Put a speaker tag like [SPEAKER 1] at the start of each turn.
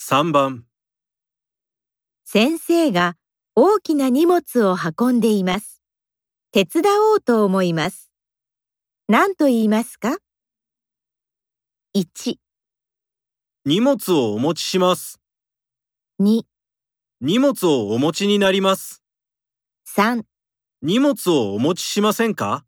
[SPEAKER 1] 3番、
[SPEAKER 2] 先生が大きな荷物を運んでいます。手伝おうと思います。何と言いますか ?1、
[SPEAKER 1] 荷物をお持ちします。
[SPEAKER 2] 2、
[SPEAKER 1] 荷物をお持ちになります。
[SPEAKER 2] 3
[SPEAKER 1] 荷物をお持ちしませんか